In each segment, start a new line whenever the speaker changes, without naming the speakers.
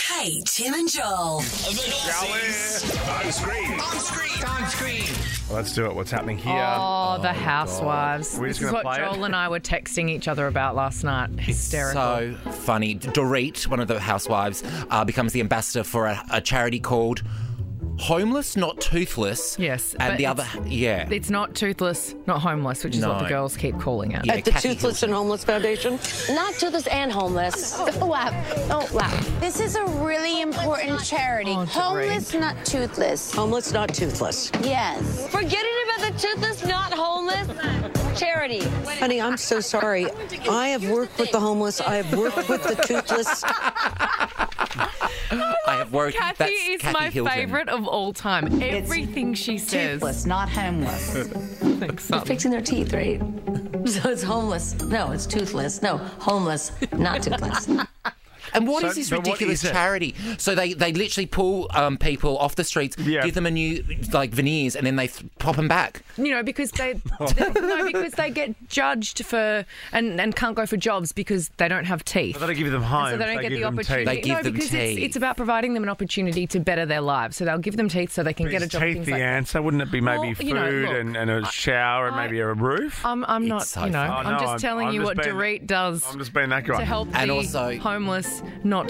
Hey, Tim and Joel.
On screen. Let's do it. What's happening here?
Oh, the housewives.
We're
This
just
is
gonna
what
play it?
Joel and I were texting each other about last night. Hysterical.
So funny. Dorit, one of the housewives, uh, becomes the ambassador for a, a charity called Homeless Not Toothless.
Yes,
And
but
the
it's-
other, yeah.
it's not toothless, not homeless, which is what the
No.
girls keep calling it.
Yeah,
At the
Kathy
Toothless
Hilton.
and Homeless Foundation.
Not toothless and homeless. Don't laugh. Don't laugh. This is a really important charity.
Oh,
homeless, not toothless.
Homeless, not toothless.
Yes.
Forgetting about the toothless, not homeless charity.
Honey, I'm so sorry. I have worked with the homeless. I have worked with the toothless.
I have worked.
Kathy
that's
is
Kathy
my
Hilton.
favourite of all time. Everything she says.
Toothless, not homeless.
Like something.
Fixing their teeth, right? So it's homeless. No, it's toothless. No, homeless, not toothless.
And what
So-
is this
but what
ridiculous
is it?
charity? So they, they literally pull um, people off the streets,
Yeah.
give them a new like veneers, and then they th- pop them back.
You know, because they, they- no, because they get judged for and, and can't go for jobs because they don't have teeth.
They don't give them home.
so they don't get the opportunity.
They give
no,
them
because it's,
teeth.
it's about providing them an opportunity to better their lives. So they'll give them teeth so they can get a
Is
job.
teeth
things
the
like that.
answer? Wouldn't it be maybe
Well,
food
you know, look,
and, and a shower and
I-
maybe a roof?
I'm, I'm not,
so
you know,
funny.
Oh, no,
I'm just
I'm-
telling
I'm
you
just
what
being-
Dorit does
I'm just being that guy.
to help
And
the
also-
homeless, not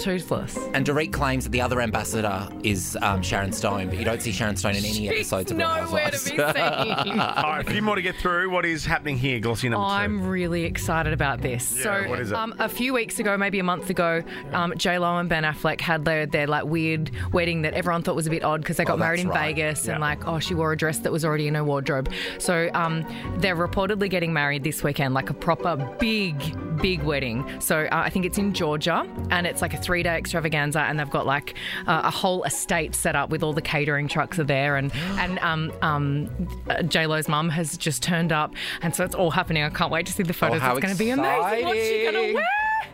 toothless.
And Dorit claims that the other ambassador is um, Sharon Stone, but you don't see Sharon Stone in any episodes of Real
nowhere to
Housewives.
be seen.
All right, a few more to get through. What is happening here, Glossy number
I'm really excited about this.
Yeah,
so,
what is it?
Um, a few weeks ago, maybe a month ago, um, J Lo and Ben Affleck had their, their like weird wedding that everyone thought was a bit odd because they got
Oh,
married
that's
in
right.
Vegas and
Yeah.
like, oh, she wore a dress that was already in her wardrobe. So, um, they're reportedly getting married this weekend, like a proper big, big wedding. So, uh, I think it's in Georgia and it's like a three day extravaganza, and they've got like uh, a whole estate set up with all the catering trucks are there, and and um, um, J Lo's mum has just turned up, and so it's all happening. I can't wait to see the photos.
Oh, how
it's going to be amazing. What's she going to
exciting.
wear?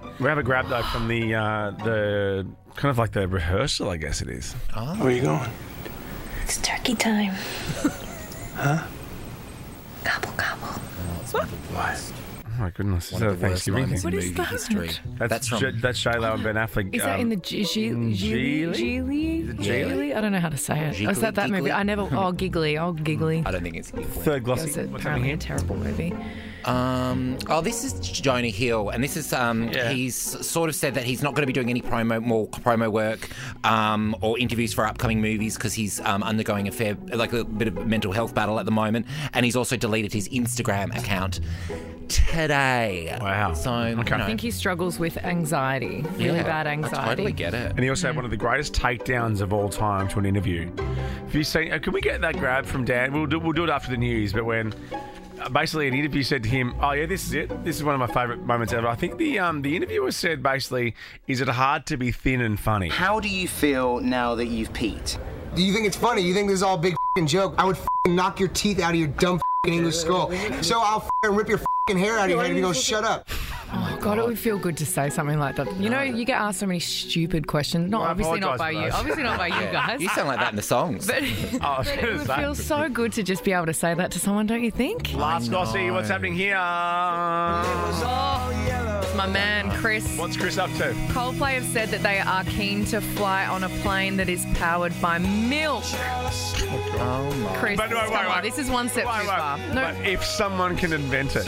two. We have a grab though from the uh, the kind of like the rehearsal, I guess it is.
Where are you going?
It's turkey time. huh? Gobble, gobble.
Oh my goodness, is
One
that a
of the worst
Thanksgiving
moments
thing?
in
What is
movie
that?
history.
That's
That's from
J- that's J Lo and Ben Affleck.
Is that in the
um,
G- G-
Mm,
Geely?
Geely? Geely? Geely? I don't know how to say it.
Giggly,
Was that that movie?
giggly?
I never. Oh, giggly. Oh, giggly.
I don't think it's
third
It was
Glossy? What's happening
apparently a
here?
terrible movie.
Um, oh, this is Jonah Hill, and this is um,
Yeah.
he's sort of said that he's not going to be doing any promo more promo work um, or interviews for upcoming movies because he's um, undergoing a fair like a bit of mental health battle at the moment, and he's also deleted his Instagram account today.
Wow.
So
Okay.
you know,
I think he struggles with anxiety. Really
yeah,
bad anxiety.
I totally get it.
And he also had one of the greatest takedowns of all time to an interview. Have you seen? uh, Can we get that grab from Dan? We'll do, we'll do it after the news. But when uh, basically an interview said to him, "Oh yeah, this is it. This is one of my favourite moments ever." I think the um, the interviewer said basically, "Is it hard to be thin and funny?" Oh,
How do you feel now that you've peaked?
Do you think it's funny? You think this is all a big fing joke? I would fing knock your teeth out of your dumb fing English skull. So I'll fing rip your fing hair out of your head if you don't shut up.
Oh, God, it would feel good to say something like that. You know, you get asked so many stupid questions. Not
Well, I
obviously not by
apologise for
you.
those.
Obviously not by you guys.
You sound like that in the songs.
But,
I was
but
gonna
it would
say.
feel so good to just be able to say that to someone, don't you think?
Last Glossy, what's happening here?
My man, Chris.
What's Chris up to?
Coldplay have said that they are keen to fly on a plane that is powered by milk.
oh my.
Chris, come on, this is one step
Wait,
too
wait.
far. No,
But if someone can invent it,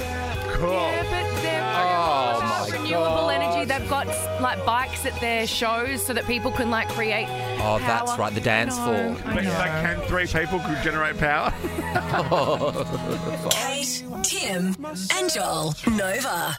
cool.
yeah, but they're
Oh,
about
my
renewable
God.
energy. They've got like bikes at their shows so that people can like create.
Oh, that's
power.
right, the dance
I
floor.
know, I
But
know.
like, can three people could generate power?
Kate, Tim, and Joel. Nova.